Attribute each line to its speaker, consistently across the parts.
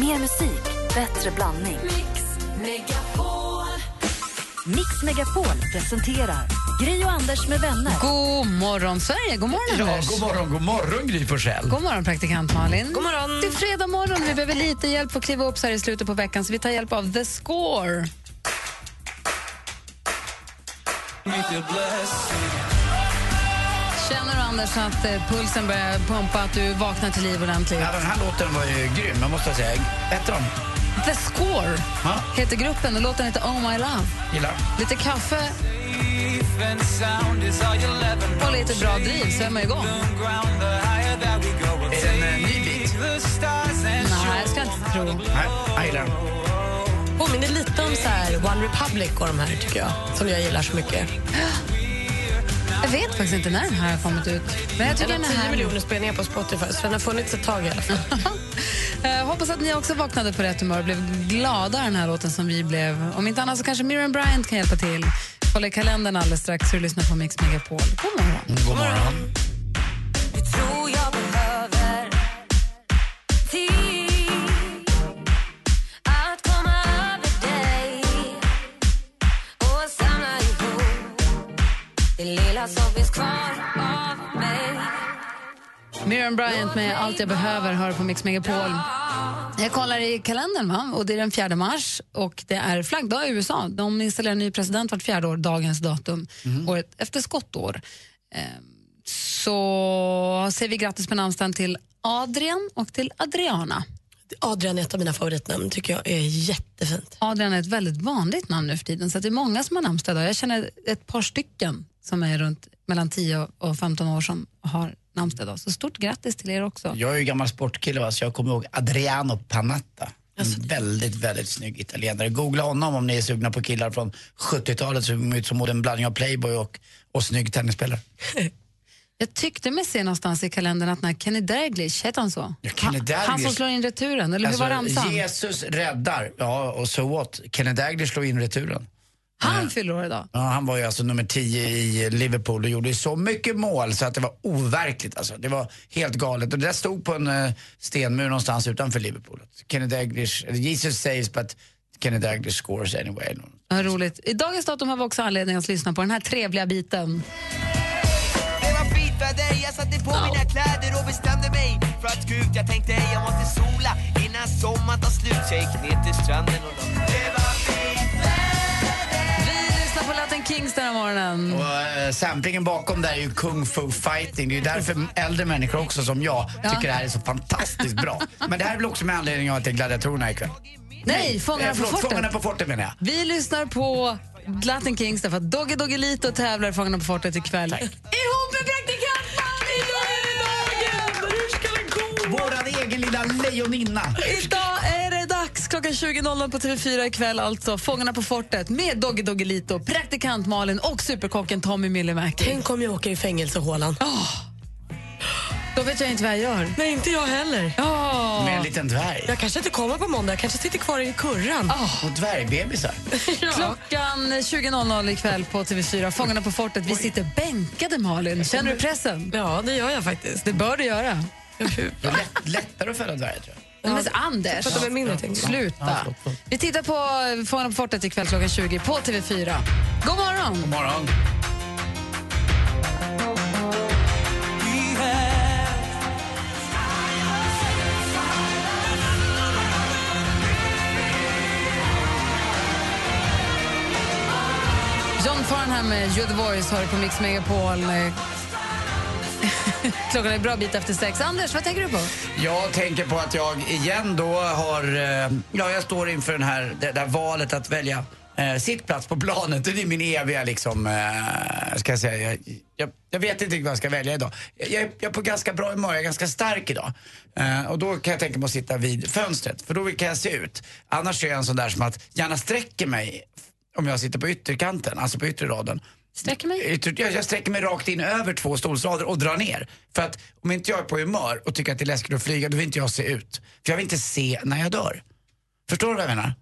Speaker 1: Mer musik, bättre blandning.
Speaker 2: Mix Megapol.
Speaker 1: Mix Megapol presenterar Gri och Anders med vänner.
Speaker 3: God morgon, Sverige! God morgon,
Speaker 4: Ja,
Speaker 3: Anders!
Speaker 4: god morgon, god morgon Gry Forssell.
Speaker 3: God morgon, praktikant Malin.
Speaker 2: God morgon.
Speaker 3: Det är fredag morgon. Vi behöver lite hjälp för att kliva upp så här i slutet på veckan, så vi tar hjälp av The Score. Känner du, Anders, att eh, pulsen börjar pumpa, att du vaknar till liv ordentligt?
Speaker 4: Ja, den här låten var ju grym, jag måste säga. Ett av dem.
Speaker 3: The Score
Speaker 4: Ja.
Speaker 3: heter gruppen och låten heter Oh My Love.
Speaker 4: Gillar.
Speaker 3: Lite kaffe och lite bra driv, så är man igång.
Speaker 4: Är den eh, ny bit?
Speaker 3: Nej, jag ska inte tro.
Speaker 4: Nej, jag gillar den.
Speaker 2: Påminner lite om så här One Republic och de här tycker
Speaker 3: Mm,
Speaker 2: jag, som jag gillar så mycket.
Speaker 3: Jag vet faktiskt inte när den här har kommit ut. Men jag tycker
Speaker 2: Den
Speaker 3: den är
Speaker 2: har 10
Speaker 3: här.
Speaker 2: miljoner spelningar på Spotify, så den har funnits ett tag i alla fall.
Speaker 3: Eh, hoppas att ni också vaknade på rätt humör och blev glada av den här låten som vi blev. Om inte annat så kanske Miriam Bryant kan hjälpa till. Kolla i kalendern alldeles strax hur du lyssnar på Mix Megapol. God morgon.
Speaker 4: Mm, God morgon.
Speaker 1: tror jag behöver tid att komma över dig och samla ihop det lilla som finns kvar av mig
Speaker 3: Miriam Bryant med Allt jag behöver hör på Mix Megapol. Jag kollar i kalendern va? och det är den 4 mars och det är flaggdag i USA. De installerar en ny president vart fjärde år, dagens datum, året efter skottår. Eh, Så säger vi grattis på namnsdagen till Adrian och till Adriana.
Speaker 2: Adrian är ett av mina favoritnamn, tycker jag är jättefint.
Speaker 3: Adrian är ett väldigt vanligt namn nu för tiden, så att det är många som har namnsdag idag. Jag känner ett par stycken som är runt mellan 10 och 15 år som har namnsdag idag. Så stort grattis till er också.
Speaker 4: Jag är ju gammal sportkille va, så jag kommer ihåg Adriano Panatta.
Speaker 3: Alltså,
Speaker 4: En väldigt, väldigt snygg italienare. Googla honom om ni är sugna på killar från 70-talet som ut som både en blandning av playboy och, och snygg tennisspelare.
Speaker 3: Jag tyckte mig se någonstans i kalendern att när Kenny Dalglish, heter han så?
Speaker 4: Ja,
Speaker 3: Han-
Speaker 4: Kenny
Speaker 3: Han
Speaker 4: Dalglish. Alltså,
Speaker 3: som slår in returen, eller hur var ramsan?
Speaker 4: Jesus räddar, ja och so what. Kenny Daglish slog in returen.
Speaker 3: Han fyller år idag.
Speaker 4: Ja, han var ju alltså nummer 10 i Liverpool och gjorde ju så mycket mål så att det var overkligt alltså. Det var helt galet. Och det där stod på en eh, stenmur någonstans utanför Liverpool. Kenny Dalglish, eller Jesus saves but Kenny Dalglish scores anyway.
Speaker 3: Vad roligt. I dagens datum har vi också anledning att lyssna på den här trevliga biten.
Speaker 5: Det var fint väder, jag satte på mina kläder och bestämde mig för att gå ut. Jag tänkte jag måste sola innan sommaren tar slut. Så jag gick ner till stranden och la mig. Det var fint
Speaker 3: Vi lyssnar på Latin Kings den här morgonen.
Speaker 4: Och eh, samplingen bakom där är ju Kung Fu Fighting. Det är ju därför äldre människor också som jag tycker det här är så fantastiskt bra. Men det här är väl också med anledning av att det är gladiatorerna ikväll.
Speaker 3: Nej, Fångarna
Speaker 4: Eh,
Speaker 3: på
Speaker 4: förlåt, Fångarna
Speaker 3: fortet.
Speaker 4: på fortet menar jag.
Speaker 3: Vi lyssnar på Latin Kings därför att Dogge Doggelito tävlar i Fångarna på fortet ikväll. Ihop med praktikant Malin! Idag är det dagen! Hur ska det gå?
Speaker 4: Våran egen lilla lejoninna.
Speaker 3: Idag är det dags. Klockan 20.00 på TV4 ikväll alltså. Fångarna på fortet med Dogge Doggelito, praktikant Malin och superkocken Tommy Myllymäki.
Speaker 2: Tänk om jag åker i fängelsehålan.
Speaker 3: Då vet jag inte vad jag gör.
Speaker 2: Nej, inte jag heller.
Speaker 3: Ja.
Speaker 4: Med en liten dvärg.
Speaker 2: Jag kanske inte kommer på måndag, jag kanske sitter kvar i kurran.
Speaker 4: Och dvärgbebisar.
Speaker 3: Klockan 20.00 ikväll på TV4, Fångarna på fortet. Vi sitter bänkade, Malin. Känner du pressen?
Speaker 2: Ja, det gör jag faktiskt.
Speaker 3: Det bör du göra.
Speaker 4: Det är lätt, lättare att föda dvärg tror jag.
Speaker 3: Men Anders,
Speaker 2: Prata med mindre ting.
Speaker 4: Ja,
Speaker 3: sluta.
Speaker 4: förlåt, förlåt.
Speaker 3: Vi tittar på Fångarna på fortet ikväll klockan 20 på TV4. God morgon!
Speaker 4: God morgon.
Speaker 3: John Farnham med You're the voice har du på Mix Megapol. Klockan är bra bit efter sex. Anders, vad tänker du på?
Speaker 4: Jag tänker på att jag igen då har... eh, Ja, jag står inför den här, det där valet att välja eh, sittplats på planet. Det är min eviga liksom... Eh, ska jag säga. Jag, jag, jag vet inte riktigt vad jag ska välja idag. Jag, jag, är- jag är på ganska bra humör, jag är ganska stark idag. Eh, och då kan jag tänka mig att sitta vid fönstret, för då kan jag se ut. Annars är jag en sån där som att gärna sträcker mig om jag sitter på ytterkanten, alltså på yttre raden.
Speaker 3: Sträcker mig?
Speaker 4: Ytter- Jag, jag sträcker mig rakt in över två stolsrader och drar ner. För att om inte jag är på humör och tycker att det är läskigt att flyga, då vill inte jag se ut. För jag vill inte se när jag dör. Förstår du vad jag menar?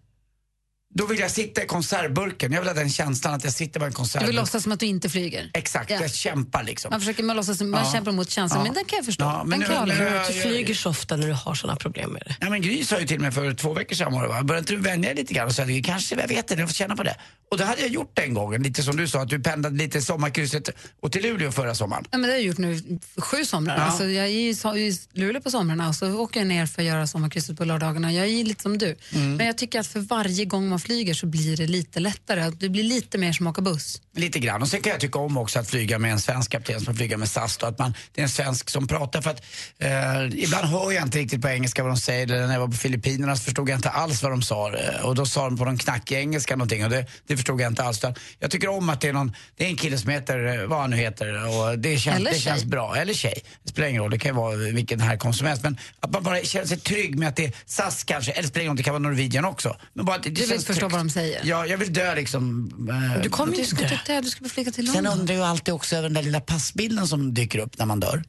Speaker 4: Då vill jag sitta i konservburken. Jag vill ha den känslan att jag sitter med en
Speaker 3: Du vill
Speaker 4: konservburk.
Speaker 3: låtsas som att du inte flyger.
Speaker 4: Exakt,
Speaker 3: Ja.
Speaker 4: jag kämpar liksom.
Speaker 3: Man försöker man låtsas, man
Speaker 4: Ja.
Speaker 3: kämpar mot känslan,
Speaker 4: Ja.
Speaker 3: men den kan jag förstå.
Speaker 4: Ja, men
Speaker 3: den
Speaker 4: nu-
Speaker 3: kan jag hålla
Speaker 4: nu-
Speaker 3: med om.
Speaker 4: jag-
Speaker 2: Du
Speaker 4: jag-
Speaker 2: flyger så ofta när du har sådana problem med det.
Speaker 4: Ja, men Gry sa ju till mig för två veckor sedan var det va? Börjar inte du vänja dig lite grann? Och så här, kanske, jag vet inte, jag får känna på det. Och det hade jag gjort den gången, lite som du sa, att du pendlade lite sommarkrysset och till Luleå förra sommaren.
Speaker 3: Ja, men det har jag gjort nu sju somrar.
Speaker 4: Ja.
Speaker 3: Alltså, jag är ju så- i Luleå på somrarna och så åker jag ner för att göra sommarkrysset på lördagarna. Jag är ju lite som du.
Speaker 4: Mm.
Speaker 3: Men jag tycker att för varje gång man flyger så blir det lite lättare. Att Det blir lite mer som att åka buss.
Speaker 4: Lite grann. Och sen kan jag tycka om också att flyga med en svensk kapten som att flyga med SAS. Då, att man, det är en svensk som pratar för att eh, ibland hör jag inte riktigt på engelska vad de säger. Eller när jag var på Filippinerna så förstod jag inte alls vad de sa. Eh, Och då sa de på någon knackig engelska någonting och det, det förstod jag inte alls. Utan Jag tycker om att det är någon, det är en kille som heter, eh, vad han nu heter, och det känns,
Speaker 3: Eller
Speaker 4: det
Speaker 3: tjej.
Speaker 4: känns bra. Eller tjej. Det spelar ingen roll, det kan ju vara vilken härkomst som helst. Men att man bara känner sig trygg med att det är SAS kanske, eller spelar ingen roll, det kan vara Norwegian också. Men bara att det
Speaker 3: Du vill
Speaker 4: känns
Speaker 3: förstå
Speaker 4: tryggt.
Speaker 3: vad de säger.
Speaker 4: Ja, jag vill dö liksom. eh,
Speaker 2: Du kommer
Speaker 3: Du
Speaker 2: inte
Speaker 3: ska,
Speaker 2: dö.
Speaker 3: inte dö, du ska bara flyga till
Speaker 4: Sen
Speaker 3: London.
Speaker 4: undrar jag alltid också över den där lilla passbilden som dyker upp när man dör.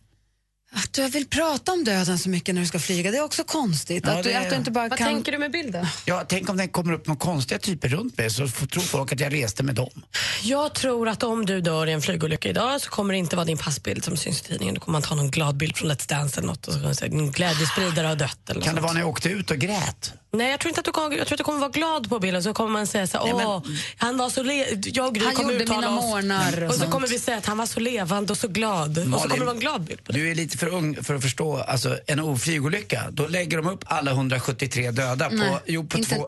Speaker 3: Att du vill prata om döden så mycket när du ska flyga, det är också konstigt.
Speaker 4: Ja,
Speaker 3: att, du,
Speaker 4: det är-
Speaker 3: att du inte bara
Speaker 2: Vad
Speaker 3: kan...
Speaker 2: tänker du med bilden?
Speaker 4: Ja, tänk om det kommer upp några konstiga typer runt mig så f- tror folk att jag reste med dem.
Speaker 2: Jag tror att om du dör i en flygolycka idag så kommer det inte vara din passbild som syns i tidningen. Då kommer man ta någon glad bild från Let's Dance eller något och så kommer man säga din glädjespridare har dött. Eller
Speaker 4: Kan det
Speaker 2: något.
Speaker 4: vara när jag åkte ut och grät?
Speaker 2: Nej, jag tror inte att du kommer, jag tror att du kommer vara glad på bilden. Så kommer man säga så här,
Speaker 4: men-
Speaker 2: åh, han var så le- jag och Gry
Speaker 3: Han
Speaker 2: kommer
Speaker 3: gjorde
Speaker 2: uttala
Speaker 3: mina
Speaker 2: oss."
Speaker 3: morgnar och
Speaker 2: Och så
Speaker 3: sånt.
Speaker 2: kommer vi säga att han var så levande och så glad. och så
Speaker 4: Malin,
Speaker 2: kommer det vara en glad bild på det.
Speaker 4: Du är lite för ung för att förstå alltså, en oflygolycka. Då lägger de upp alla 173 döda på,
Speaker 3: Nej,
Speaker 4: jo, på
Speaker 3: inte-
Speaker 4: två...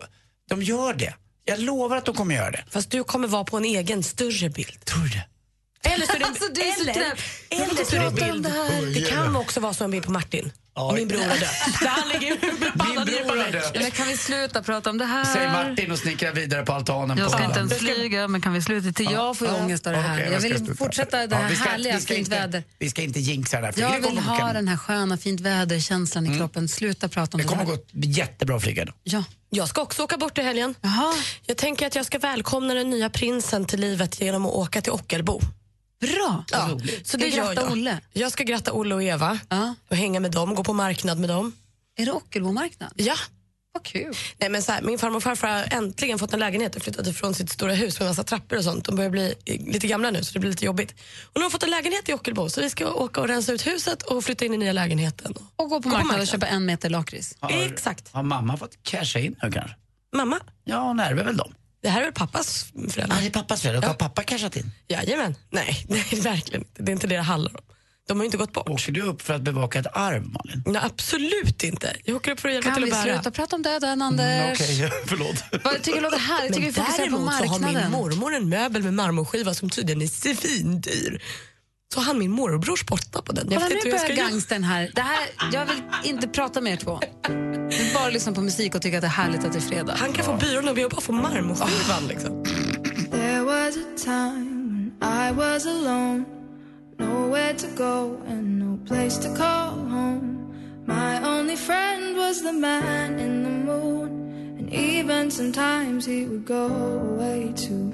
Speaker 4: De gör det. Jag lovar att de kommer göra det.
Speaker 2: Fast du kommer vara på en egen större bild.
Speaker 4: Tror du det?
Speaker 2: Eller så är det,
Speaker 3: Alltså, du är så
Speaker 2: eller,
Speaker 3: knäpp.
Speaker 2: eller så är det en bild. Det, kan också vara så en bild på Martin.
Speaker 4: Ja.
Speaker 2: Min bror har dött. Där han ligger med pannan
Speaker 4: bror
Speaker 2: ner på
Speaker 4: har
Speaker 2: mig.
Speaker 4: dött.
Speaker 3: Ja, men kan vi sluta prata om det här?
Speaker 4: Säger Martin och snickrar vidare på altanen.
Speaker 3: Jag
Speaker 4: på
Speaker 3: ska inte ens
Speaker 2: Det ska-
Speaker 3: flyga, men kan vi sluta? Till jag får ju
Speaker 4: Ja.
Speaker 3: ångest av det här.
Speaker 4: Okej,
Speaker 3: jag
Speaker 4: ska
Speaker 3: vill
Speaker 4: sluta.
Speaker 3: fortsätta det
Speaker 4: Ja,
Speaker 3: här
Speaker 4: vi ska-
Speaker 3: härliga,
Speaker 4: vi ska
Speaker 3: fint
Speaker 4: inte-
Speaker 3: väder.
Speaker 4: Vi ska inte jinxa det här. för det
Speaker 3: Jag vill
Speaker 4: kommer gå
Speaker 3: ha
Speaker 4: kanon.
Speaker 3: den här sköna, fint väder-känslan i kroppen. Sluta prata om
Speaker 4: Det
Speaker 3: det,
Speaker 4: kommer
Speaker 3: här.
Speaker 4: gå jättebra att flyga då.
Speaker 3: Ja.
Speaker 2: Jag ska också åka bort i helgen.
Speaker 3: Jaha,
Speaker 2: Jag tänker att jag ska välkomna den nya prinsen till livet genom att åka till Ockelbo.
Speaker 3: bra.
Speaker 2: Ja, så det
Speaker 3: Ska
Speaker 2: gör
Speaker 3: gratta
Speaker 2: jag.
Speaker 3: Olle?
Speaker 2: Jag ska gratta Olle och Eva
Speaker 3: Ja.
Speaker 2: och hänga med dem, gå på marknad med dem.
Speaker 3: Är det Ockelbomarknad?
Speaker 2: Ja.
Speaker 3: Vad kul.
Speaker 2: Nej, men så här, min farmor och farfar har äntligen fått en lägenhet och flyttat ifrån sitt stora hus med massa trappor och sånt. De börjar bli eh, lite gamla nu så det blir lite jobbigt. Och nu har de fått en lägenhet i Ockelbo så vi ska åka och rensa ut huset och flytta in i nya lägenheten.
Speaker 3: Och gå på marknad, och köpa en meter lakrits.
Speaker 4: Har,
Speaker 2: Exakt.
Speaker 4: Har mamma fått casha in nu kanske?
Speaker 2: Mamma,
Speaker 4: Ja, hon ärver väl dem.
Speaker 2: det här är väl pappas föräldrar?
Speaker 4: Ja, det är pappas fel. Då har pappa cashat in.
Speaker 2: Jajamän. Nej, nej, verkligen inte. Det är inte det det handlar om. De har ju inte gått bort.
Speaker 4: Åker du upp för att bevaka ett arv, Malin?
Speaker 2: Nej, absolut inte. Jag åker upp för att hjälpa
Speaker 3: Kan
Speaker 2: till att
Speaker 3: vi
Speaker 2: bära.
Speaker 3: sluta prata om döden,
Speaker 4: Eh, Mm,
Speaker 3: Anders?
Speaker 4: förlåt.
Speaker 3: Vad jag tycker det låter härligt. Jag tycker
Speaker 2: Men
Speaker 3: vi fokuserar på
Speaker 2: däremot så har min
Speaker 3: marknaden.
Speaker 2: mormor en möbel med marmorskiva som tydligen är svindyr. Så han min morbror spotta på den. Jag
Speaker 3: Kolla,
Speaker 2: vet inte
Speaker 3: nu
Speaker 2: hur jag
Speaker 3: börjar
Speaker 2: ska göra.
Speaker 3: gangsten här. Det här. Jag vill inte prata med er två. Jag vill bara lyssna på musik och tycka att det är härligt att det är fredag.
Speaker 2: Han kan få byrån och jag bara får marmorskivan. Liksom.
Speaker 6: There was a time when I was alone, nowhere to go and no place to call home. My only friend was the man in the moon, and even sometimes he would go away too.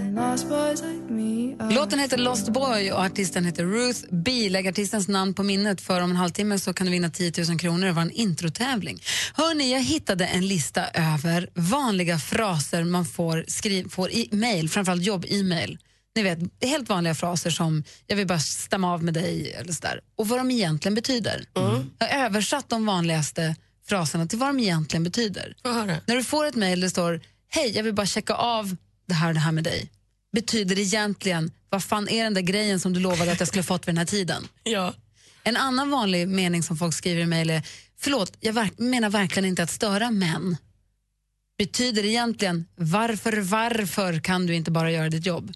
Speaker 6: And lost boys like me are.
Speaker 3: Låten heter Lost Boy och artisten heter Ruth B. Lägg artistens namn på minnet för om en halvtimme så kan du vinna 10 000 kronor. Det var en introtävling. Hörni, jag hittade en lista över vanliga fraser man får, skri- får i mail, framförallt jobb-e-mail. Ni vet, det är helt vanliga fraser som jag vill bara stämma av med dig eller sådär. Och vad de egentligen betyder. Jag har översatt de vanligaste fraserna till vad de egentligen betyder.
Speaker 2: Får jag höra?
Speaker 3: När du får ett mejl där det står Hej, jag vill bara checka av det här och det här med dig. Betyder det egentligen, vad fan är den där grejen som du lovade att jag skulle fått vid den här tiden?
Speaker 2: Ja.
Speaker 3: En annan vanlig mening som folk skriver i mejl är Förlåt, jag verk- menar verkligen inte att störa, men betyder det egentligen varför, varför kan du inte bara göra ditt jobb?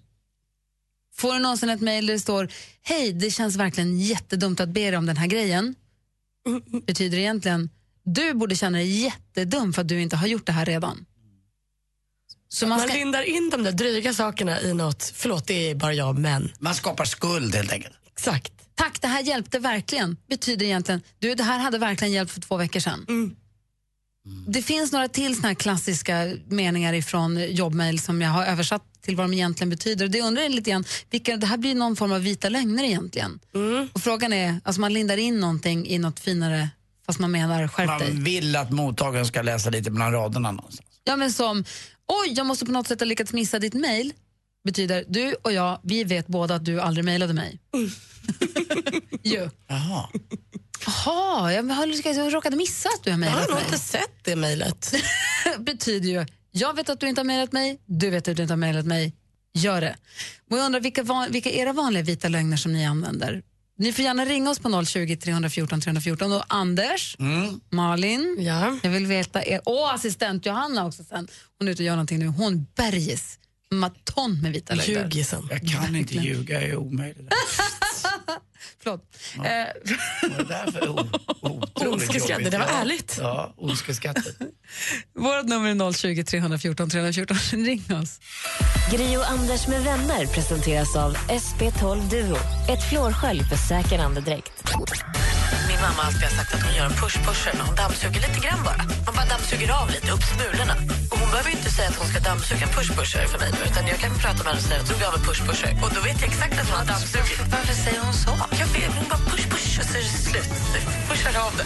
Speaker 3: Får du någonsin ett mejl där det står Hej, det känns verkligen jättedumt att be dig om den här grejen. Betyder det egentligen du borde känna dig jättedum för att du inte har gjort det här redan. Så man
Speaker 2: Man
Speaker 3: ska,
Speaker 2: lindar in de där dryga sakerna i något. Förlåt, det är bara jag, men.
Speaker 4: Man skapar skuld helt enkelt.
Speaker 2: Exakt.
Speaker 3: tack, det här hjälpte verkligen. Betyder egentligen du, det här hade verkligen hjälpt för två veckor sedan. Det finns några till såna här klassiska meningar ifrån jobbmail som jag har översatt till vad de egentligen betyder. Och det undrar jag lite grann, vilka, det här blir någon form av vita lögner egentligen. Och frågan är, alltså man lindar in någonting i något finare fast man menar skärp dig.
Speaker 4: Man vill att mottagaren ska läsa lite mellan raderna någonstans.
Speaker 3: Ja, men som oj, jag måste på något sätt ha lyckats missa ditt mejl, betyder du och jag, vi vet båda att du aldrig mejlade mig. Jo.
Speaker 4: Jaha.
Speaker 3: Jaha, jag, har lyckats- jag råkade missa att du har
Speaker 2: Jag har
Speaker 3: mejlat
Speaker 2: nog
Speaker 3: mig.
Speaker 2: inte sett det mejlet.
Speaker 3: betyder ju jag vet att du inte har mejlat mig, du vet att du inte har mejlat mig, gör det. Och jag undrar vilka, van, vilka era vanliga vita lögner som ni använder? Ni får gärna ringa oss på 020 314 314 och Anders, Malin,
Speaker 2: Ja.
Speaker 3: jag vill veta er, och assistent Johanna också sen, hon är ute och gör någonting nu, hon berges maton med vita lögner.
Speaker 2: Ljugisen.
Speaker 4: Jag kan inte ljuga, jag är omöjlig.
Speaker 3: Förlåt. Eh,
Speaker 4: Vad är det där för o- otroligt
Speaker 2: Ondskeskrattet,
Speaker 4: jobbigt?
Speaker 2: det var
Speaker 4: Ja.
Speaker 2: ärligt.
Speaker 4: Ja, ondskeskrattet.
Speaker 3: vårt nummer är 020 314 314, ring oss.
Speaker 1: Gri och Anders med vänner presenteras av SP12 Duo. Ett flårskölj för säker andedräkt.
Speaker 7: Min mamma har alltid sagt att hon gör en push-pusher när hon dammsuger lite grann bara. Hon bara dammsuger av lite, upp smulorna. Och hon behöver ju inte säga att hon ska dammsuga en push-pusher för mig nu, utan jag kan prata med henne och säga att hon av en push-pusher. Och då vet jag exakt att hon har dammsugit. Varför säger hon så? Jag vet, hon bara push-push och så är det slut. Pushar av det.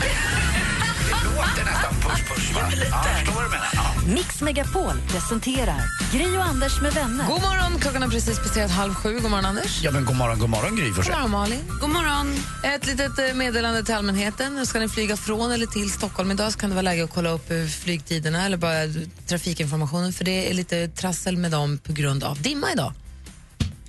Speaker 4: Det låter nästan push-push, va? Ja, jag förstår vad du menar. Ja.
Speaker 1: Mix Megapol presenterar Gri och Anders med vänner.
Speaker 3: God morgon, klockan har precis passerat halv sju, god morgon Anders.
Speaker 4: Ja, men god morgon, god morgon Gry Forssell.
Speaker 3: God morgon Malin.
Speaker 7: God morgon.
Speaker 3: Ett litet eh, meddelande till allmänheten. Ska ni flyga från eller till Stockholm idag så kan det vara läge att kolla upp eh, flygtiderna eller bara eh, trafikinformationen för det är lite trassel med dem på grund av dimma idag.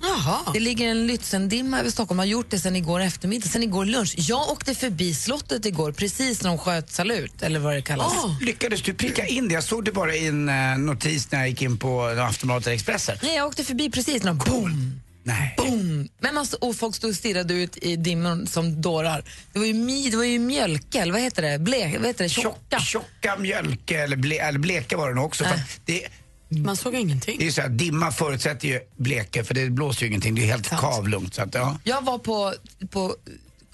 Speaker 2: Jaha.
Speaker 3: Det ligger en Lützendimma över Stockholm, har gjort det sen igår eftermiddag, sen igår lunch. Jag åkte förbi slottet igår precis när de sköt salut, eller vad det kallas.
Speaker 4: Lyckades du pricka in det? Jag såg det bara i en eh, notis när jag gick in på Aftonbladet eller Expressen.
Speaker 3: Nej, jag åkte förbi precis när de boom,
Speaker 4: Nej.
Speaker 3: boom. Men alltså, och folk stod och stirrade ut i dimmor som dårar. Det var ju, mi, det var ju mjölkel, vad heter det? Blek, vad heter det? Tjocka.
Speaker 4: Tjocka, tjocka mjölk, eller, ble, eller bleka var det nog också. För
Speaker 3: Nej.
Speaker 4: att det,
Speaker 2: Mm. Man såg ingenting.
Speaker 4: det är ju så här, dimma förutsätter ju bleke, för det blåser ju ingenting. Det är helt kavlugnt. Så att, ja.
Speaker 3: Jag var på, på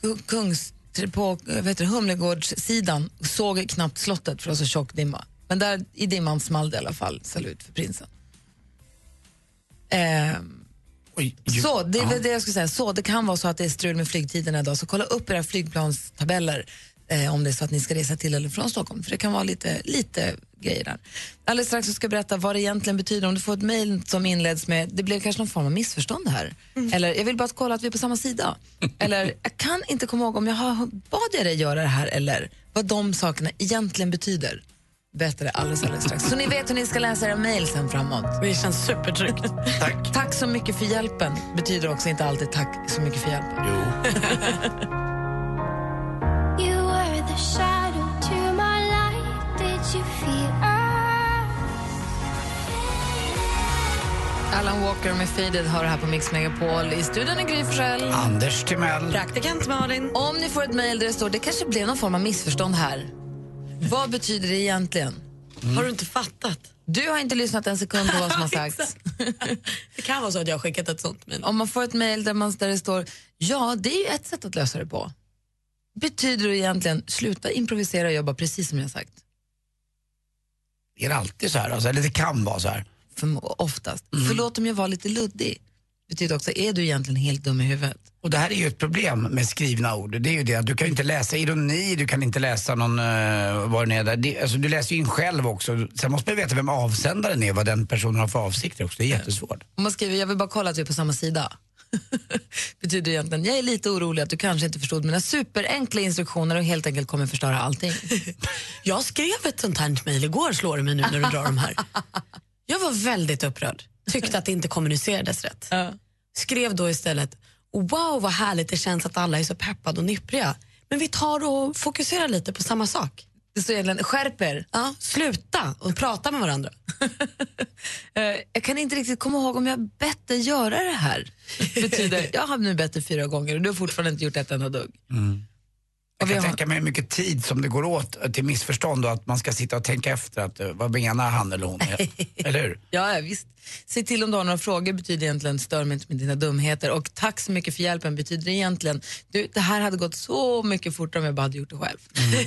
Speaker 3: Ku- Kungs, på vad heter det, Humlegårdssidan och såg knappt slottet för det var så tjock dimma. Men där i dimman small det i alla fall salut för prinsen. Ehm,
Speaker 4: Oj, ju-
Speaker 3: så, det är
Speaker 4: ja.
Speaker 3: väl det jag skulle säga. Så, det kan vara så att det är strul med flygtiderna idag, så kolla upp era flygplanstabeller eh, om det är så att ni ska resa till eller från Stockholm, för det kan vara lite, lite grejer där. Alldeles strax så ska jag berätta vad det egentligen betyder om du får ett mejl som inleds med det blev kanske någon form av missförstånd här.
Speaker 4: Mm.
Speaker 3: Eller jag vill bara kolla att vi är på samma sida. eller jag kan inte komma ihåg om jag har bad jag dig göra det här eller vad de sakerna egentligen betyder. Berätta det alldeles, alldeles strax. Så ni vet hur ni ska läsa era mejl sen framåt.
Speaker 2: Det känns supertryggt.
Speaker 4: Tack.
Speaker 3: Tack så mycket för hjälpen betyder också inte alltid tack så mycket för hjälpen.
Speaker 4: Jo.
Speaker 8: You were the shadow to my light. Did you feel
Speaker 3: Alan Walker med Faded har det här på Mix Megapol. I studion är Gry Forssell.
Speaker 4: Anders Timell.
Speaker 2: Praktikant Malin.
Speaker 3: Om ni får ett mejl där det står det kanske blev någon form av missförstånd här. Vad betyder det egentligen?
Speaker 7: Mm.
Speaker 2: Har du inte fattat?
Speaker 3: Du har inte lyssnat en sekund på vad som har sagts.
Speaker 2: Det kan vara så att jag har skickat ett sånt mejl.
Speaker 3: Om man får ett mejl där, man- där det står ja, det är ju ett sätt att lösa det på. Betyder det egentligen sluta improvisera och jobba precis som jag har sagt?
Speaker 4: Är det alltid så här? Alltså, eller det kan vara så här.
Speaker 3: Förmo- oftast. Förlåt om jag var lite luddig. Betyder också, är du egentligen helt dum i huvudet?
Speaker 4: Och det här är ju ett problem med skrivna ord. Det är ju det att du kan ju inte läsa ironi, du kan inte läsa någon, uh, vad det är där. Det, alltså, du läser ju in själv också. Sen måste man ju veta vem avsändaren är, vad den personen har för avsikter också. Det är jättesvårt.
Speaker 3: Om man skriver jag vill bara kolla att vi är på samma sida. Betyder egentligen jag är lite orolig att du kanske inte förstod mina superenkla instruktioner och helt enkelt kommer förstöra allting.
Speaker 2: Jag skrev ett sånt här mejl igår slår det mig nu när du drar de här. Jag var väldigt upprörd. Tyckte att det inte kommunicerades rätt. Skrev då istället, wow vad härligt det känns att alla är så peppade och nippriga. Men vi tar och fokuserar lite på samma sak.
Speaker 3: Så egentligen skärper.
Speaker 2: Ja, sluta och prata med varandra.
Speaker 3: Eh, Jag kan inte riktigt komma ihåg om jag bett dig göra det här. Betyder jag har nu bett dig fyra gånger och du har fortfarande inte gjort ett enda dugg.
Speaker 4: Jag
Speaker 3: Och vi
Speaker 4: kan
Speaker 3: har-
Speaker 4: tänka mig hur mycket tid som det går åt eh, till missförstånd och att man ska sitta och tänka efter att eh, vad menar han eller hon? eller hur?
Speaker 3: Ja, ja, visst. Se till om du har några frågor betyder egentligen stör mig inte med dina dumheter och tack så mycket för hjälpen betyder egentligen du, det här hade gått så mycket fortare om jag bara hade gjort det själv.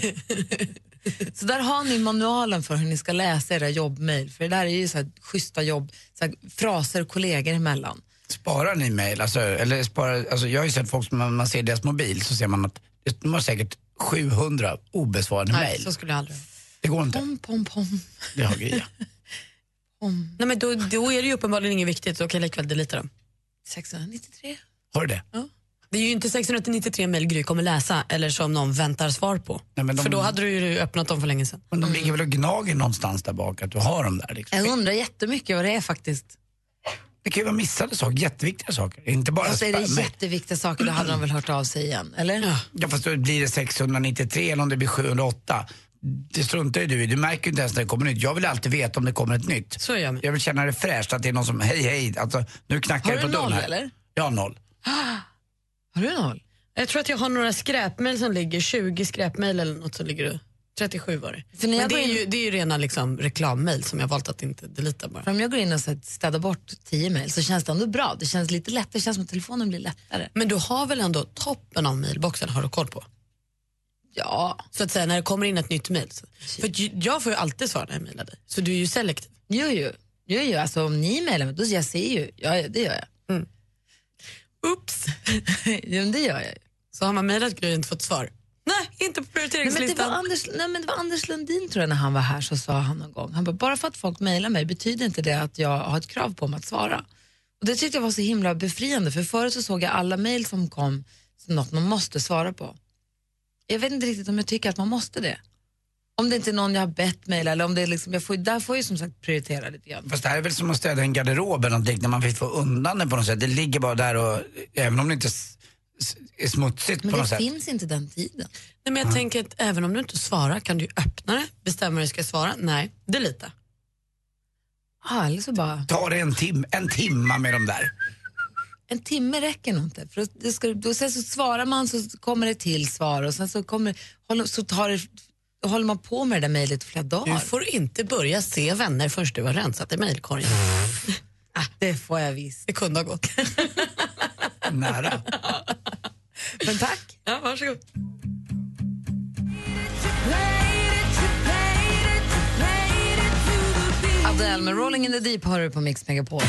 Speaker 3: så där har ni manualen för hur ni ska läsa era jobbmejl för det där är ju så här schyssta jobb, så här fraser kollegor emellan.
Speaker 4: Sparar ni mejl? Alltså, eller sparar, alltså, jag har ju sett folk som, när man ser deras mobil så ser man att de har säkert 700 obesvarade
Speaker 2: Nej,
Speaker 4: mejl.
Speaker 2: så skulle jag aldrig
Speaker 4: Det går inte.
Speaker 3: Pom, pom, pom.
Speaker 4: Det har vi, ja.
Speaker 3: om
Speaker 2: Nej, men då, då är det ju uppenbarligen inget viktigt, så kan jag likväl delita dem.
Speaker 3: 693.
Speaker 4: Har du det?
Speaker 2: Det är ju inte 693 mejl Gry kommer läsa eller som någon väntar svar på.
Speaker 4: Nej, men de-
Speaker 2: För då hade du ju öppnat dem för länge sedan.
Speaker 4: Men de ligger väl och gnager någonstans där bak, att du har dem där. Liksom.
Speaker 3: Jag undrar jättemycket vad det är faktiskt.
Speaker 4: Det kan ju vara missade saker, jätteviktiga saker. Inte bara
Speaker 3: Och så Alltså, är det
Speaker 4: spam-
Speaker 3: jätteviktiga saker, då hade de väl hört av sig igen, eller?
Speaker 4: Ja, fast då blir det 693 eller om det blir 708. Det struntar ju du i. Du märker ju inte ens när det kommer nytt. Jag vill alltid veta om det kommer ett nytt.
Speaker 2: Så gör man.
Speaker 4: Jag vill känna det fräscht, att det är någon som, hej hej, alltså, nu knackar
Speaker 3: Har
Speaker 4: det
Speaker 3: du
Speaker 4: på dörren
Speaker 3: noll,
Speaker 4: här.
Speaker 3: eller?
Speaker 4: Jag har noll.
Speaker 3: Har du noll?
Speaker 2: Jag tror att jag har några skräpmejl som ligger, 20 skräpmejl eller något som ligger och- 37 var det.
Speaker 3: För när
Speaker 2: Men
Speaker 3: jag
Speaker 2: det
Speaker 3: går
Speaker 2: är,
Speaker 3: in-
Speaker 2: ju, det är ju rena liksom reklammejl som jag valt att inte delita bara.
Speaker 3: För om jag går in och så här städar bort 10 mejl så känns det ändå bra. Det känns lite lätt. Det känns som att telefonen blir lättare.
Speaker 2: Men du har väl ändå toppen av mejlboxen har du koll på?
Speaker 3: Ja,
Speaker 2: Så att säga när det kommer in ett nytt mejl. så- För att ju- jag får ju alltid svar när jag mejlar dig. Så du är ju selektiv.
Speaker 3: jo, jo. jo, jo. Alltså, om ni mejlar mig, då jag ser ju. Ja, det gör jag.
Speaker 2: Oops!
Speaker 3: jo, men det gör jag. ju.
Speaker 2: Så har man mejlat Gry och inte fått svar. Nej, inte på
Speaker 3: Nej, men det,
Speaker 2: prioriteringslistan.
Speaker 3: var Anders, nej, men det var Anders Lundin tror jag när han var här så sa han någon gång. Han bara, bara för att folk mejlar mig betyder inte det att jag har ett krav på mig att svara. Och det tyckte jag var så himla befriande för förut så såg jag alla mejl som kom som något man måste svara på. Jag vet inte riktigt om jag tycker att man måste det. Om det inte är någon jag har bett mejla eller om det är liksom, jag får, där får jag ju som sagt prioritera lite grann.
Speaker 4: Fast det här är väl som att städa en garderob eller någonting, när man vill få undan den på något sätt. Det ligger bara där och, även om det inte s- s- är smutsigt
Speaker 3: Men
Speaker 4: på
Speaker 3: det
Speaker 4: något sätt.
Speaker 3: finns inte den tiden.
Speaker 2: Nej, men jag tänker att även om du inte svarar kan du ju öppna det, bestämma hur du ska svara. Nej, delita.
Speaker 3: Ah, eller så bara,
Speaker 4: Ta det en, tim en timma med de där.
Speaker 3: en timme räcker nog inte. För då- det ska, då, sen så svarar man så kommer det till svar och sen så, kommer, håller, så tar det, då håller man på med det där mejlet i flera
Speaker 2: Du
Speaker 3: dagar.
Speaker 2: får inte börja se vänner förrän du har rensat i mejlkorgen.
Speaker 3: Ah, det får jag visst.
Speaker 2: Det kunde ha gått.
Speaker 4: Nära.
Speaker 3: Men tack.
Speaker 2: Ja, varsågod.
Speaker 3: Adele med Rolling in the Deep hör du på Mix Megapol.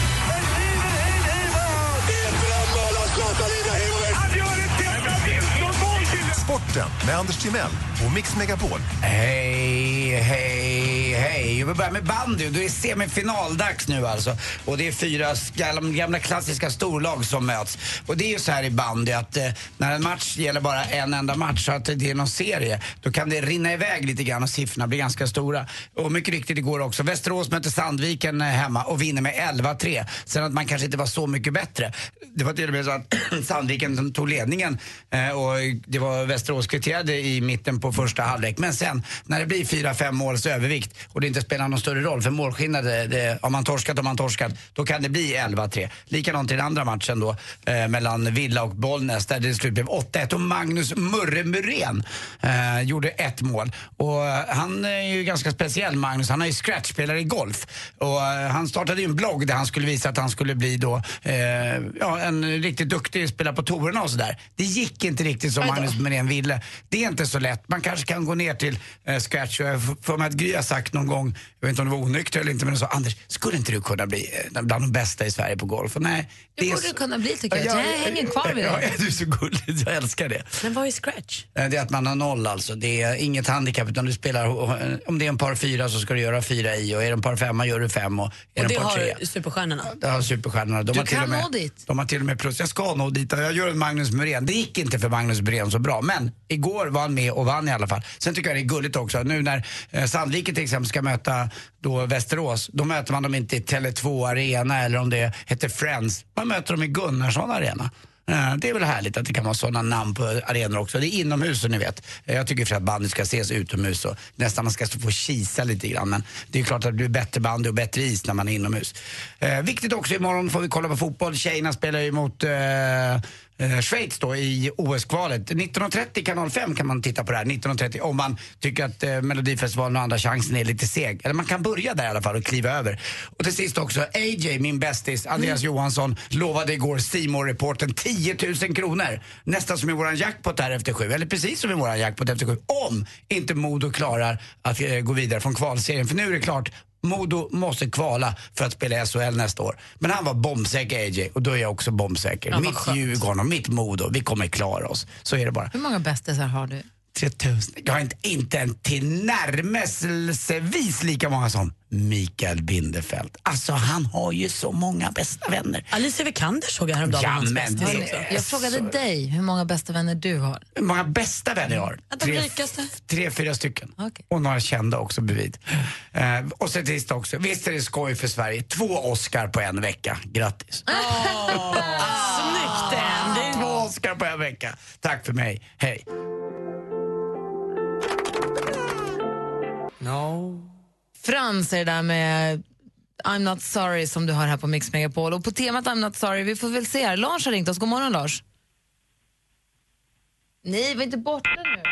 Speaker 9: Sporten med Anders Timell och Mix Megapol.
Speaker 4: Hej, hej, hej. Jag vill börja med bandy. Det är semifinaldags nu alltså. Och det är fyra gamla, gamla klassiska storlag som möts. Och det är ju så här i bandy att eh, när en match gäller bara en enda match, så att det är någon serie, då kan det rinna iväg lite grann och siffrorna blir ganska stora. Och mycket riktigt igår också. Västerås möter Sandviken eh, hemma och vinner med 11-3. Sen att man kanske inte var så mycket bättre. Det var till och med så att Sandviken som tog ledningen eh, och det var Västerås kvitterade i mitten på första halvlek. Men sen när det blir 4-5 måls övervikt och det inte spelar någon större roll för målskillnad, eh, det, om man torskat om man torskat, då kan det bli 11-3. Likadant i den andra matchen då eh, mellan Villa och Bollnäs där det till slut blev 8-1 och Magnus Murre Muren eh, gjorde ett mål. Och eh, han är ju ganska speciell Magnus, han är ju scratchspelare i golf. Och eh, han startade ju en blogg där han skulle visa att han skulle bli då eh, ja, en riktigt duktig spelare på tourerna och sådär. Det gick inte riktigt som Magnus Muren ville. Det är inte så lätt. Man kanske kan gå ner till eh, scratch. Och Jag får- får mig att Gry har sagt någon gång, jag vet inte om det var onykter eller inte, men hon sa Anders, skulle inte du kunna bli eh, bland de bästa i Sverige på golf? Och nej,
Speaker 3: Det borde du kunna bli, tycker jag. Jag hänger kvar vid
Speaker 4: ja,
Speaker 3: det.
Speaker 4: Du är så gullig, jag älskar det.
Speaker 2: Men vad är scratch?
Speaker 4: Eh, Det är att man har noll alltså. Det är inget handikapp utan du spelar, eh, om det är en par fyra så ska du göra fyra i och är det en par femma gör du fem och är det
Speaker 2: Och
Speaker 4: en
Speaker 2: det
Speaker 4: par tre.
Speaker 2: har superstjärnorna.
Speaker 4: Ja, superstjärnorna. De
Speaker 3: Du
Speaker 4: har till
Speaker 3: kan
Speaker 4: och med,
Speaker 3: nå dit.
Speaker 4: De har till och med plus. Jag ska nå dit. Jag gör en Magnus Muren. Det gick inte för Magnus Muren så bra, men igår var han med och vann i alla fall. Sen tycker jag det är gulligt också, nu när eh, Sandviken till exempel ska möta då Västerås, då möter man dem inte i Tele2 Arena eller om det heter Friends. Man möter dem i Gunnarsson Arena. Eh, Det är väl härligt att det kan vara sådana namn på arenor också. Det är inomhus så ni vet. Eh, Jag tycker för att bandy ska ses utomhus och nästan man ska stå- få kisa lite grann. Men det är klart att det blir bättre bandy och bättre is när man är inomhus. Eh, viktigt också, imorgon får vi kolla på fotboll. Tjejerna spelar ju mot eh, eh, Schweiz då i OS-kvalet. 19.30 kanal 5 kan man titta på det här. 19.30 om man tycker att eh, Melodifestivalen och Andra chansen är lite seg. Eller man kan börja där i alla fall och kliva över. Och till sist också, AJ, min bästis, Andreas Johansson, lovade igår seymour reporten 10 000 kronor. Nästan som i våran jackpot här efter sju. Eller precis som i våran jackpot efter sju. Om inte Modo klarar att eh, gå vidare från kvalserien. För nu är det klart, Modo måste kvala för att spela i SHL nästa år. Men han var bombsäker AJ och då är jag också bombsäker.
Speaker 2: vad
Speaker 4: mitt
Speaker 2: skönt.
Speaker 4: Djurgården och mitt Modo, vi kommer klara oss. Så är det bara.
Speaker 3: Hur många bästisar har du?
Speaker 4: 3000. Jag har inte, inte en tillnärmelsevis lika många som Mikael Bindefeld. Alltså han har ju så många bästa vänner.
Speaker 7: Alicia Vikander såg jag häromdagen.
Speaker 4: Ja,
Speaker 7: var hans
Speaker 4: men
Speaker 7: bästis
Speaker 4: det- Alltså-
Speaker 7: också.
Speaker 3: Jag frågade
Speaker 4: Så-
Speaker 3: dig hur många bästa vänner du har.
Speaker 4: Hur många bästa vänner jag har?
Speaker 3: Att de rikaste?
Speaker 4: tre, fyra stycken.
Speaker 3: Okej.
Speaker 4: Och några kända också bredvid. Eh, och så trist också, visst är det skoj för Sverige? Två Oscar på en vecka. Grattis.
Speaker 7: Snyggt Andy!
Speaker 4: Två Oscar på en vecka. Tack för mig. Hej.
Speaker 3: Frans är det där med I'm not sorry som du har här på Mix Megapol. Och på temat I'm not sorry, vi får väl se här. Lars har ringt oss. God morgon Lars. Nej, var inte borta nu.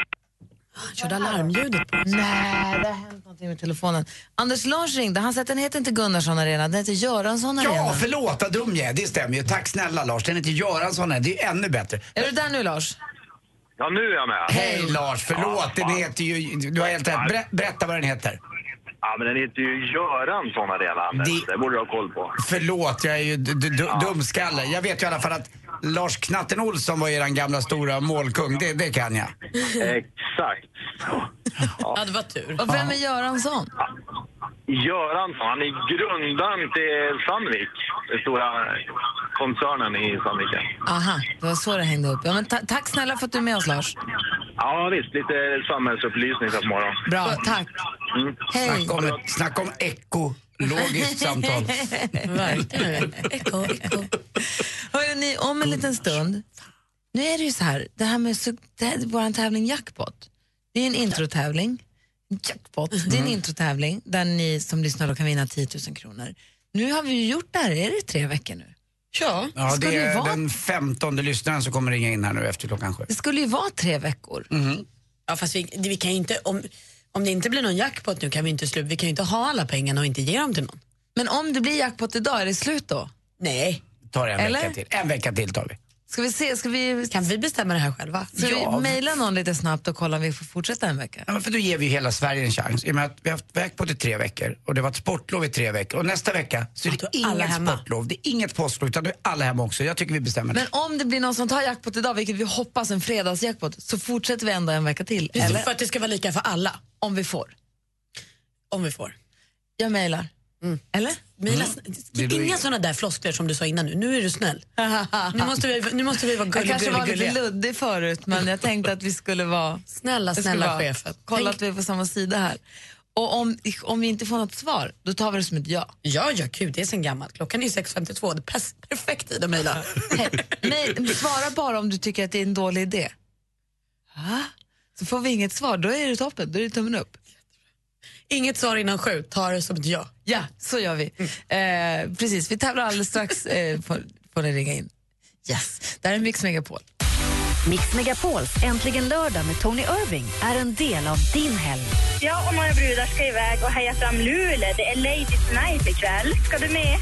Speaker 7: Körde alarmljudet på.
Speaker 3: Nej, det har hänt någonting med telefonen. Anders Lars ringde. Han sa att den heter inte Gunnarsson Arena, den heter Göransson Arena.
Speaker 4: Ja, förlåt vad dum jag är. Det stämmer ju. Tack snälla Lars. Den heter Göransson här. Det är ännu bättre.
Speaker 3: Är du där nu Lars?
Speaker 10: Ja, nu är jag med.
Speaker 4: Hej Lars, förlåt. Den heter ju... Du har helt rätt. Berä- Berätta vad den heter.
Speaker 10: Ja, men den heter ju Göransson Arena, Anders.
Speaker 4: Det-
Speaker 10: Det... borde du ha koll på.
Speaker 4: Förlåt, jag är ju d- d- d- dumskalle. Jag vet ju i alla fall att Lars Knatten Olsson var eran gamla stora målkung. Det, det kan jag.
Speaker 10: Exakt.
Speaker 7: Ja, det var tur.
Speaker 3: Och vem är Göransson?
Speaker 10: Göransson, han är grundaren till Sandvik. Den stora koncernen i Sandviken.
Speaker 3: Aha, det var så det hängde upp. Ja, men ta- tack snälla för att du är med oss Lars.
Speaker 10: Ja, visst. Lite samhällsupplysning så morgon.
Speaker 3: Bra, tack.
Speaker 10: Mm.
Speaker 3: Hej.
Speaker 4: Snacka om, ett- snacka om ekologiskt samtal.
Speaker 7: Verkligen. Eko, eko.
Speaker 3: Hörrni, om en liten stund. Nu är det ju så här, det här med så- det här- vår tävling Jackpot. Det är en introtävling. Jackpot. Det är
Speaker 4: Mm.
Speaker 3: en introtävling där ni som lyssnar då kan vinna 10 000 kronor. Nu har vi ju gjort det här, är det tre veckor nu?
Speaker 7: Ja.
Speaker 4: Ja,
Speaker 3: Ska
Speaker 4: det
Speaker 3: du
Speaker 4: är
Speaker 3: vara-
Speaker 4: den femtonde lyssnaren som kommer ringa in här nu efter klockan sju.
Speaker 3: Det skulle ju vara tre veckor.
Speaker 7: ja, fast vi, det- vi kan ju inte, om, om det inte blir någon jackpot nu kan vi inte sluta. Vi kan ju inte ha alla pengarna och inte ge dem till någon.
Speaker 3: Men om det blir jackpot idag, är det slut då?
Speaker 7: Nej.
Speaker 4: Tar en
Speaker 3: Eller?
Speaker 4: vecka till. En vecka till tar vi.
Speaker 3: Ska vi se, ska vi,
Speaker 7: Kan vi bestämma det här själva?
Speaker 3: ska vi mejla någon lite snabbt och kolla om vi får fortsätta en vecka?
Speaker 4: Ja, men för då ger vi ju hela Sverige en chans. I och med att vi har haft vägpodd i tre veckor och det har varit sportlov i tre veckor. Och nästa vecka så är
Speaker 7: Ja,
Speaker 4: det
Speaker 7: då är alla
Speaker 4: inget
Speaker 7: hemma.
Speaker 4: sportlov, det är inget påsklov utan då är alla hemma också. Jag tycker vi bestämmer
Speaker 3: Men
Speaker 4: det.
Speaker 3: om det blir någon som tar jackpot idag, vilket vi hoppas, en fredagsjackpot, så fortsätter vi ändå en vecka till.
Speaker 7: Precis,
Speaker 3: Eller
Speaker 7: för att det ska vara lika för alla,
Speaker 3: om vi får.
Speaker 7: om vi får.
Speaker 3: Jag mejlar. Eller?
Speaker 7: Mila,
Speaker 4: Det blir-
Speaker 7: Inga såna där floskler som du sa innan nu. Nu är du snäll. Nu måste vi, nu måste vi vara
Speaker 3: Jag
Speaker 7: gullig,
Speaker 3: kanske
Speaker 7: gullig,
Speaker 3: var lite
Speaker 7: gulliga.
Speaker 3: luddig förut, men jag tänkte att vi skulle vara...
Speaker 7: Snälla,
Speaker 3: jag skulle
Speaker 7: snälla
Speaker 3: vara-
Speaker 7: chefen.
Speaker 3: Kolla
Speaker 7: Tänk-
Speaker 3: att vi är på samma sida här. Och om, om vi inte får något svar, då tar vi det som ett ja.
Speaker 7: Ja, ja, gud, det är sen gammalt. Klockan är 6.52. Det är pers- perfekt tid att mejla.
Speaker 3: Hej, Nej, svara bara om du tycker att det är en dålig idé. Va? Så får vi inget svar, då är det toppen. Då är det tummen upp.
Speaker 7: Inget svar innan sju. Ta det som ett ja.
Speaker 3: Ja, så gör vi. Eh, precis, vi tävlar alldeles strax. Eh, får, får ni ringa in. Yes, där är Mix Megapol.
Speaker 1: Mix Megapols Äntligen lördag med Tony Irving är en del av din helg.
Speaker 6: Jag och några brudar ska iväg och heja fram Luleå. Det är Ladies Night ikväll. Ska du med?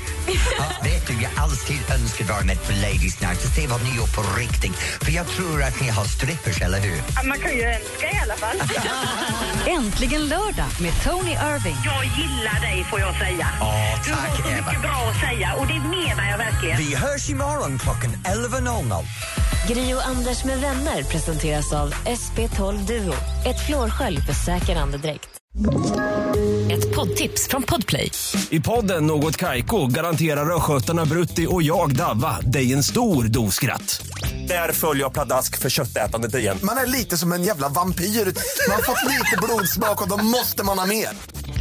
Speaker 5: Ja, vet du, jag har alltid önskat vara med på Ladies Night och se vad ni gör på riktigt. För jag tror att ni har strippers, eller hur?
Speaker 6: Ja, Man kan ju önska i alla fall.
Speaker 1: Äntligen lördag med Tony Irving.
Speaker 6: Jag gillar dig, får jag säga.
Speaker 5: Ja,
Speaker 6: Du har så
Speaker 5: tack Eva.
Speaker 6: mycket bra att säga och det menar jag verkligen.
Speaker 5: Vi hörs imorgon klockan 11.00.
Speaker 1: Gri och Anders med vänner presenteras av SP12 Duo. Ett flårskölj för säker andedräkt. Ett poddtips från Podplay.
Speaker 10: I podden Något Kaiko garanterar östgötarna Brutti och jag, Davva, dig en stor dos skratt. Där följer jag pladask för köttätandet igen.
Speaker 9: Man är lite som en jävla vampyr. Man har fått lite blodsmak och då måste man ha mer.